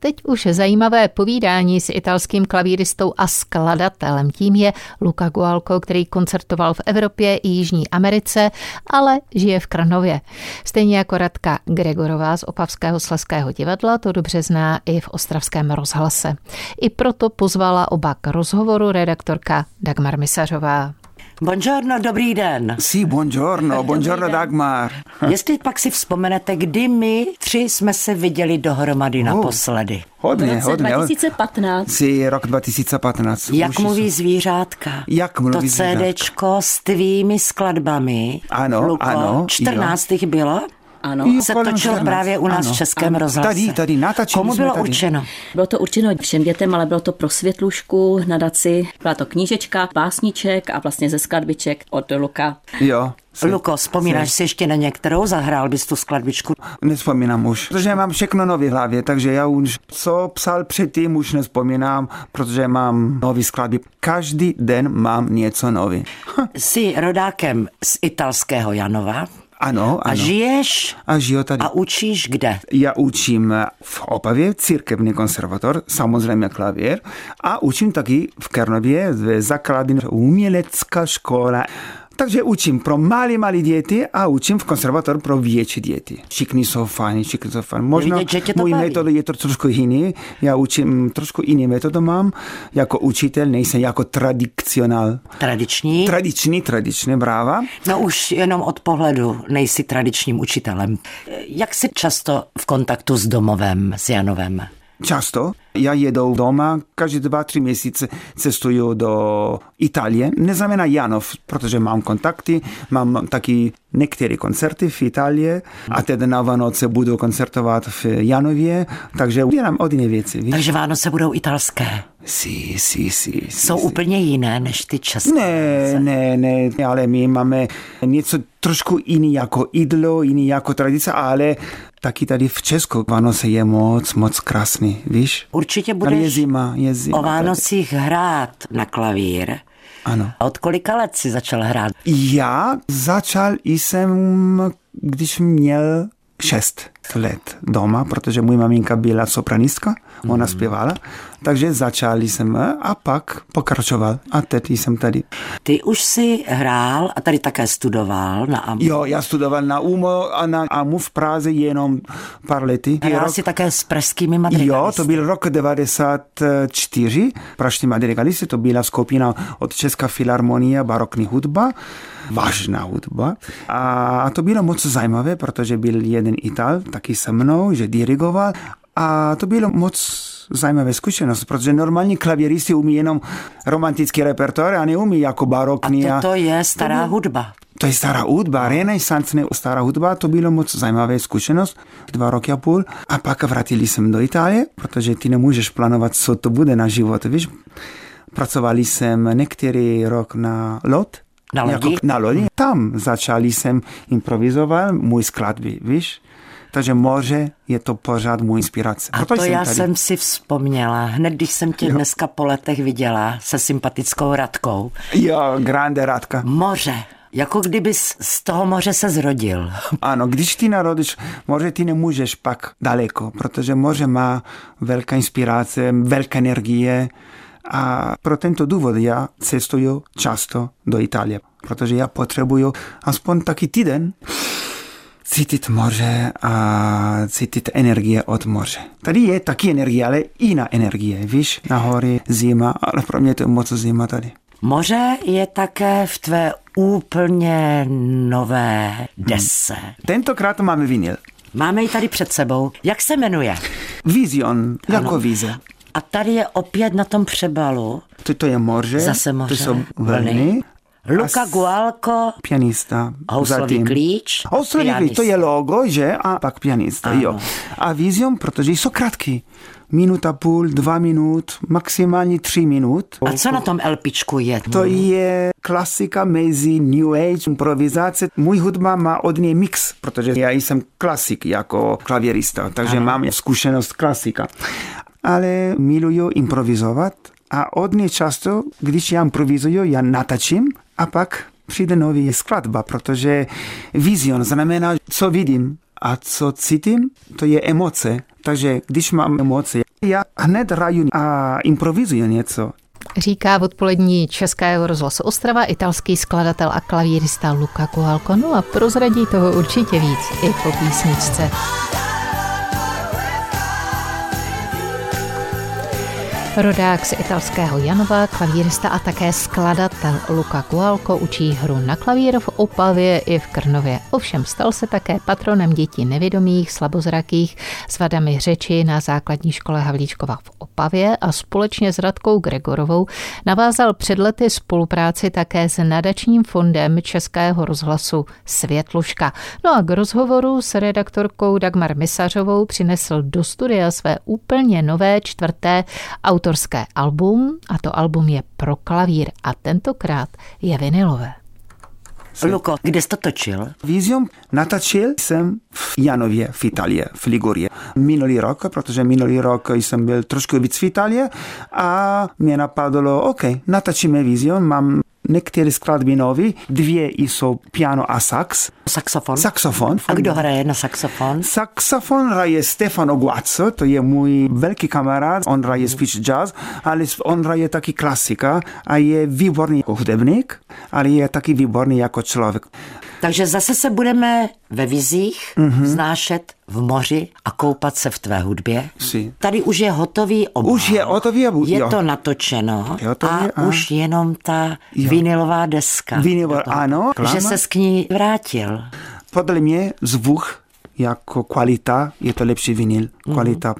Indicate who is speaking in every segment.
Speaker 1: Teď už zajímavé povídání s italským klavíristou a skladatelem. Tím je Luca Gualco, který koncertoval v Evropě i Jižní Americe, ale žije v Krnově. Stejně jako Radka Gregorová z Opavského Sleského divadla to dobře zná i v ostravském rozhlase. I proto pozvala oba k rozhovoru redaktorka Dagmar Misařová.
Speaker 2: Buongiorno, dobrý den.
Speaker 3: Sí, buongiorno, buongiorno Dagmar.
Speaker 2: Jestli pak si vzpomenete, kdy my tři jsme se viděli dohromady oh. naposledy.
Speaker 3: Hodně,
Speaker 4: v roce
Speaker 3: hodně.
Speaker 4: 2015.
Speaker 3: Sí, rok 2015.
Speaker 2: Jak
Speaker 3: Už
Speaker 2: mluví
Speaker 3: jsem-
Speaker 2: zvířátka?
Speaker 3: Jak mluví
Speaker 2: To
Speaker 3: zvířátka.
Speaker 2: CDčko s tvými skladbami.
Speaker 3: Ano,
Speaker 2: Luko,
Speaker 3: ano, jo.
Speaker 2: 14 jich bylo?
Speaker 4: Ano,
Speaker 2: Se
Speaker 3: kolem
Speaker 2: točil
Speaker 3: 14.
Speaker 2: právě u nás
Speaker 3: Ano.
Speaker 2: v Českém rozhlase.
Speaker 3: Tady, tady, natáčeli
Speaker 2: Komu
Speaker 3: jsme
Speaker 2: bylo
Speaker 3: tady.
Speaker 2: určeno?
Speaker 4: bylo to určeno všem dětem, ale bylo to pro světlušku, nadaci. Byla to knížečka, básniček a vlastně ze skladbiček od Luka.
Speaker 3: Jo. sí.
Speaker 2: Luko, vzpomínáš si ještě na některou? Zahrál bys tu skladbičku?
Speaker 3: Nespomínám už, protože mám všechno nový v hlavě, takže já už, co psal předtím, už nespomínám, protože mám nový skladby. Každý den mám něco nový. Ha,
Speaker 2: Jsi rodákem z italského Janova
Speaker 3: ano,
Speaker 2: a
Speaker 3: ano.
Speaker 2: žiješ
Speaker 3: a žiju tady.
Speaker 2: a učíš kde?
Speaker 3: Já učím v Opavě církevní konservator, samozřejmě klavír, a učím taky v Karnově v základní umělecká škola. Takže učím pro malé, malé děti a učím v konservator pro větší děti. Všichni jsou fajn, všichni jsou fajn. Možná
Speaker 2: vidět, že tě to
Speaker 3: můj
Speaker 2: baví.
Speaker 3: metod je to trošku jiný. Já učím trošku jiný metodu mám. Jako učitel nejsem jako tradicionál.
Speaker 2: Tradiční?
Speaker 3: Tradiční, tradiční, bráva.
Speaker 2: No už jenom od pohledu nejsi tradičním učitelem. Jak jsi často v kontaktu s domovem, s Janovem?
Speaker 3: Často. Já jedu doma, každé dva, tři měsíce cestuju do Itálie. Neznamená Janov, protože mám kontakty, mám taky některé koncerty v Itálii a tedy na Vánoce budu koncertovat v Janově, takže dělám hodně věci. Víš?
Speaker 2: Takže Vánoce budou italské.
Speaker 3: Sí, sí, sí, sí,
Speaker 2: Jsou
Speaker 3: sí.
Speaker 2: úplně jiné než ty české.
Speaker 3: Ne, ne, ne, ale my máme něco trošku jiný jako jídlo, jiný jako tradice, ale taky tady v Česku Vánoce je moc, moc krásný, víš?
Speaker 2: Určitě
Speaker 3: Tady je
Speaker 2: budeš
Speaker 3: zima, je zima.
Speaker 2: o
Speaker 3: tady.
Speaker 2: Vánocích hrát na klavír.
Speaker 3: Ano.
Speaker 2: A Od kolika let jsi začal hrát?
Speaker 3: Já začal jsem, když měl šest let doma, protože můj maminka byla sopranistka, ona zpěvala, takže začal jsem eh, a pak pokračoval a teď jsem tady.
Speaker 2: Ty už jsi hrál a tady také studoval na AMU.
Speaker 3: Jo, já studoval na UMO a na AMU v Praze jenom pár lety.
Speaker 2: Hrál
Speaker 3: Rok-
Speaker 2: jsi také s pražskými matrikalisty.
Speaker 3: Jo, to byl rok 94, praští madrigalisti, to byla skupina od Česká filharmonie, barokní hudba, vážná hudba. A to bylo moc zajímavé, protože byl jeden Ital taky se mnou, že dirigoval a to bylo moc zajímavé zkušenost, protože normální klavíristi umí jenom romantický repertoár a neumí jako barokní.
Speaker 2: A toto je stará hudba.
Speaker 3: To je stará hudba, renesanční stará hudba, to bylo moc zajímavá zkušenost, dva roky a půl. A pak vrátili jsem do Itálie, protože ty nemůžeš plánovat, co to bude na život, víš. Pracovali jsem některý rok na lot,
Speaker 2: Na lodi? Hmm.
Speaker 3: jako na lodi. Tam začali jsem improvizovat můj skladby, víš. Takže moře je to pořád můj inspirace.
Speaker 2: A
Speaker 3: Proto
Speaker 2: to já
Speaker 3: tady.
Speaker 2: jsem si vzpomněla, hned když jsem tě dneska po letech viděla se sympatickou Radkou.
Speaker 3: Jo, grande Radka.
Speaker 2: Moře, jako kdyby z toho moře se zrodil.
Speaker 3: Ano, když ty narodíš moře, ty nemůžeš pak daleko, protože moře má velká inspirace, velká energie a pro tento důvod já cestuju často do Itálie, protože já potřebuju aspoň taky týden cítit moře a cítit energie od moře. Tady je taky energie, ale jiná energie, víš, nahoře zima, ale pro mě to je moc zima tady.
Speaker 2: Moře je také v tvé úplně nové dese.
Speaker 3: Hmm. Tentokrát máme vinyl.
Speaker 2: Máme ji tady před sebou. Jak se jmenuje?
Speaker 3: Vizion, jako vize.
Speaker 2: A tady je opět na tom přebalu
Speaker 3: To, to je moře.
Speaker 2: Zase moře.
Speaker 3: To jsou
Speaker 2: Vlny.
Speaker 3: vlny.
Speaker 2: Luka
Speaker 3: A s-
Speaker 2: Gualco,
Speaker 3: Pianista.
Speaker 2: houslový
Speaker 3: zatím.
Speaker 2: klíč.
Speaker 3: Houslový klíč,
Speaker 2: pianista.
Speaker 3: to je logo, že? A pak pianista,
Speaker 2: Ano.
Speaker 3: jo. A vizion, protože jsou kratky. Minuta půl, dva minut, maximálně tři minut.
Speaker 2: A co na tom LPčku je?
Speaker 3: To je klasika mezi New Age, improvizace. Můj hudba má od něj mix, protože já jsem klasik jako klavírista, takže mám zkušenost klasika. Ale miluju improvizovat a od něj často, když já improvizuju, já natačím a pak přijde nový skladba, protože vizion znamená, co vidím a co cítím, to je emoce. Takže když mám emoce, já hned hraju a improvizuji něco.
Speaker 1: Říká v odpolední Českého rozhlasu Ostrava italský skladatel a klavírista Luca Gualco. No a prozradí toho určitě víc i po písničce. Rodák z italského Janova, klavírista a také skladatel Luca Gualco učí hru na klavír v Opavě i v Krnově. Ovšem stal se také patronem dětí nevědomých, slabozrakých s vadami řeči na základní škole Havlíčkova v Opavě a společně s Radkou Gregorovou navázal před lety spolupráci také s nadačním fondem Českého rozhlasu Světluška. No a k rozhovoru s redaktorkou Dagmar Misařovou přinesl do studia své úplně nové čtvrté auto autorské album a to album je pro klavír a tentokrát je vinilové.
Speaker 2: Luko, kde jsi to točil?
Speaker 3: Vizium natačil jsem v Janově, v Itálii, v Ligurii. Minulý rok, protože minulý rok jsem byl trošku víc v Itálii a mě napadlo, OK, natačíme Vizium, mám některé skladby nový, dvě jsou piano a sax.
Speaker 2: Saxofon.
Speaker 3: Saxofon.
Speaker 2: A kdo hraje na saxofon?
Speaker 3: Saxofon hraje Stefano Guazzo, to je můj velký kamarád, on hraje spíš jazz, ale on hraje taky klasika a je výborný hudebník, ale je taky výborný jako člověk.
Speaker 2: Takže zase se budeme ve vizích
Speaker 3: Mhm.
Speaker 2: mm-hmm. znášet v moři a koupat se v tvé hudbě.
Speaker 3: Si.
Speaker 2: Tady už je hotový obal.
Speaker 3: Už je hotový obal.
Speaker 2: Je
Speaker 3: jo.
Speaker 2: to natočeno
Speaker 3: Je hotový,
Speaker 2: a,
Speaker 3: a-
Speaker 2: už jenom ta
Speaker 3: Jo.
Speaker 2: vinilová deska.
Speaker 3: Vinilové, ano,
Speaker 2: Že
Speaker 3: klama.
Speaker 2: se k ní vrátil.
Speaker 3: Podle mě zvuk jako kvalita je to lepší vinil. Kvalita.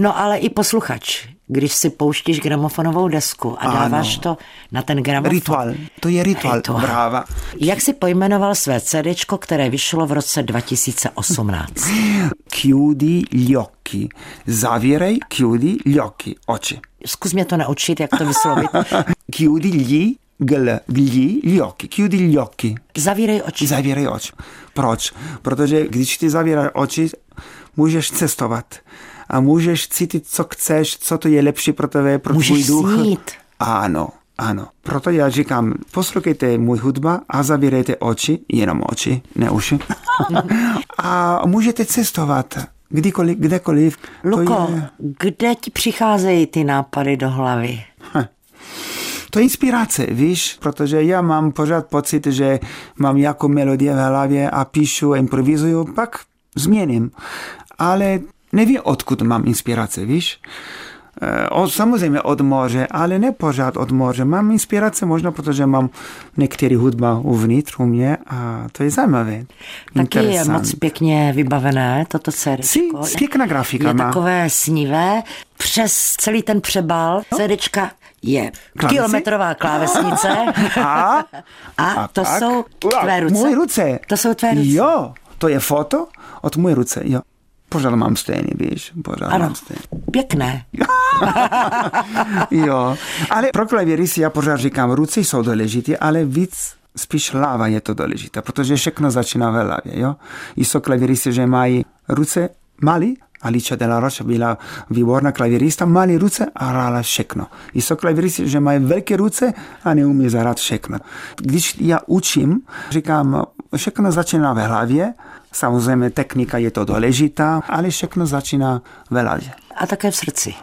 Speaker 2: No ale i posluchač, když si pouštíš gramofonovou desku a
Speaker 3: Ano.
Speaker 2: dáváš to na ten gramofon.
Speaker 3: Rituál. To je rituál.
Speaker 2: Rituál.
Speaker 3: Bráva.
Speaker 2: Jak si pojmenoval své CDčko, které vyšlo v roce 2018?
Speaker 3: Chiudi gli occhi. Zavírej, chiudi gli occhi. Oči.
Speaker 2: Zkus mě to naučit, jak to vyslovit.
Speaker 3: Chiudi gli, gl, gli, gli occhi. Chiudi gli occhi.
Speaker 2: Zavírej oči.
Speaker 3: Zavírej oči. Proč? Protože když ty zavíráš oči, můžeš cestovat a můžeš cítit, co chceš, co to je lepší pro tebe, pro
Speaker 2: Můžeš
Speaker 3: tvůj duch.
Speaker 2: snít.
Speaker 3: Ano, ano. Proto já říkám, poslouchejte můj hudba a zavírejte oči, jenom oči, ne uši. a můžete cestovat kdykoliv, kdekoliv. To
Speaker 2: Luko,
Speaker 3: je-
Speaker 2: kde ti přicházejí ty nápady do hlavy?
Speaker 3: To je inspirace, víš, protože já mám pořád pocit, že mám jako melodie v hlavě a píšu, improvizuju, pak změním. Ale nevím, odkud mám inspirace, víš. Eh, O, samozřejmě od moře, ale ne pořád od moře. Mám inspirace možná, protože mám některý hudba uvnitř u mě a to je zajímavé.
Speaker 2: Taky je moc pěkně vybavené toto
Speaker 3: Sí,
Speaker 2: CDčko.
Speaker 3: pěkná grafika
Speaker 2: Je
Speaker 3: má.
Speaker 2: takové snivé. Přes celý ten přebal CDčka je
Speaker 3: No. Klávesy?
Speaker 2: kilometrová klávesnice.
Speaker 3: A,
Speaker 2: A to
Speaker 3: pak-
Speaker 2: jsou
Speaker 3: Ua,
Speaker 2: tvé ruce?
Speaker 3: Moje ruce.
Speaker 2: To jsou tvé ruce?
Speaker 3: Jo, to je foto od moje ruce, jo. Pořád mám stejný, víš, pořád
Speaker 2: Ano,
Speaker 3: mám stejný.
Speaker 2: pěkné.
Speaker 3: Jo, ale pro klavírisy já pořád říkám, ruce jsou důležité, ale víc spíš hlava je to důležité, protože všechno začíná ve hlavě, jo. I jsou klavírisy, že mají ruce malé, Alicia de la Rocha byla výborná klavírista, malé ruce a hrála všechno. I jsou klavírisy, že mají velké ruce a neumí zahrát všechno. Když já učím, říkám, všechno začíná ve hlavě, samozřejmě technika je to důležitá, ale všechno začíná ve hlavě
Speaker 2: A také v srdci.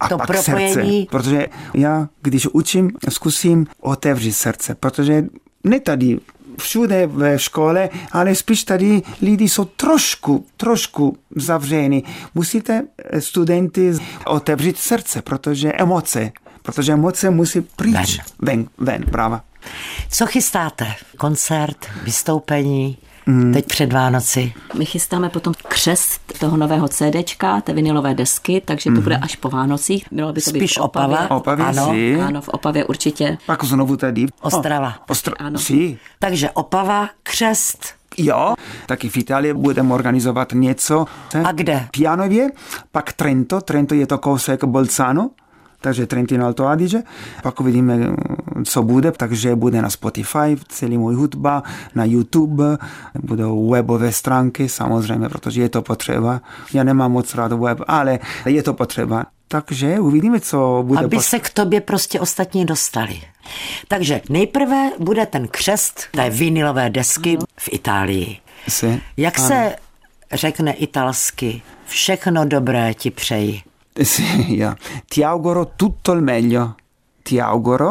Speaker 3: a
Speaker 2: to
Speaker 3: pak
Speaker 2: propojení
Speaker 3: srdce. Protože já, když učím, zkusím otevřít srdce, protože ne tady všude ve škole, ale spíš tady lidi jsou trošku, trošku zavřeni. Musíte eh, studenty otevřít srdce, protože emoce, protože emoce musí pryč. Ven, ven, práva.
Speaker 2: Co chystáte? Koncert, vystoupení,
Speaker 3: Mhm.
Speaker 2: teď před Vánoci.
Speaker 4: My chystáme potom křest toho nového CDčka, té vinilové desky, takže to bude až po Vánocích. Mělo by to být
Speaker 2: Spíš
Speaker 4: v Opavě.
Speaker 2: Opava.
Speaker 3: Opavě
Speaker 2: Ano,
Speaker 3: si.
Speaker 4: Ano, v Opavě určitě.
Speaker 3: Pak znovu tady.
Speaker 2: Ostrava.
Speaker 3: O, ostra-
Speaker 4: Ano.
Speaker 3: si.
Speaker 2: Takže Opava, křest,
Speaker 3: Jo, taky v Itálii budeme organizovat něco.
Speaker 2: A kde?
Speaker 3: V Janově, pak Trento, Trento je to kousek Bolzano, takže Trentino Alto Adige. Pak uvidíme, eh, co bude, takže bude na Spotify, celý můj hudba, na YouTube, budou webové stránky, samozřejmě, protože je to potřeba. Já nemám moc rád web, ale je to potřeba. Takže uvidíme, co bude.
Speaker 2: aby
Speaker 3: pot-
Speaker 2: se k tobě prostě ostatní dostali. Takže nejprve bude ten křest té vinilové desky v Itálii.
Speaker 3: se-
Speaker 2: Jak
Speaker 3: ano.
Speaker 2: se řekne italsky? Všechno dobré ti přeji.
Speaker 3: Eh, Sì, yeah. ti auguro tutto il meglio. Ti auguro,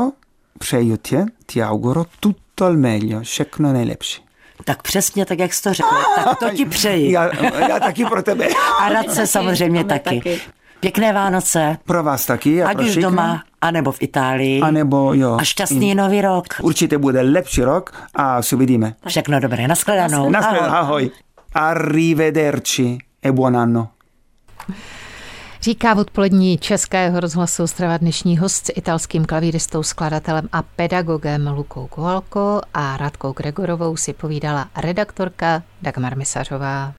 Speaker 3: přeju tě, ti auguro tutto il meglio, všechno nejlepší.
Speaker 2: Tak přesně tak, jak jsi to řekl. Tak to ti přeji.
Speaker 3: Ah! Já, já taky pro tebe.
Speaker 2: A Radce samozřejmě
Speaker 4: máme
Speaker 2: taky.
Speaker 4: taky.
Speaker 2: Pěkné Vánoce,
Speaker 3: Pro vás taky a
Speaker 2: ať
Speaker 3: pro
Speaker 2: už
Speaker 3: všechny. Mm.
Speaker 2: doma, anebo v Itálii.
Speaker 3: A nebo jo.
Speaker 2: A šťastný nový rok.
Speaker 3: Určitě bude lepší rok a se uvidíme.
Speaker 2: Všechno dobré. Naschledanou.
Speaker 3: Naschle, ahoj. Arrivederci e buon anno.
Speaker 1: Říká v odpolední Českého rozhlasu Ostrava dnešní host s italským klavíristou, skladatelem a pedagogem Lukou Kovalko a Radkou Gregorovou si povídala redaktorka Dagmar Misařová.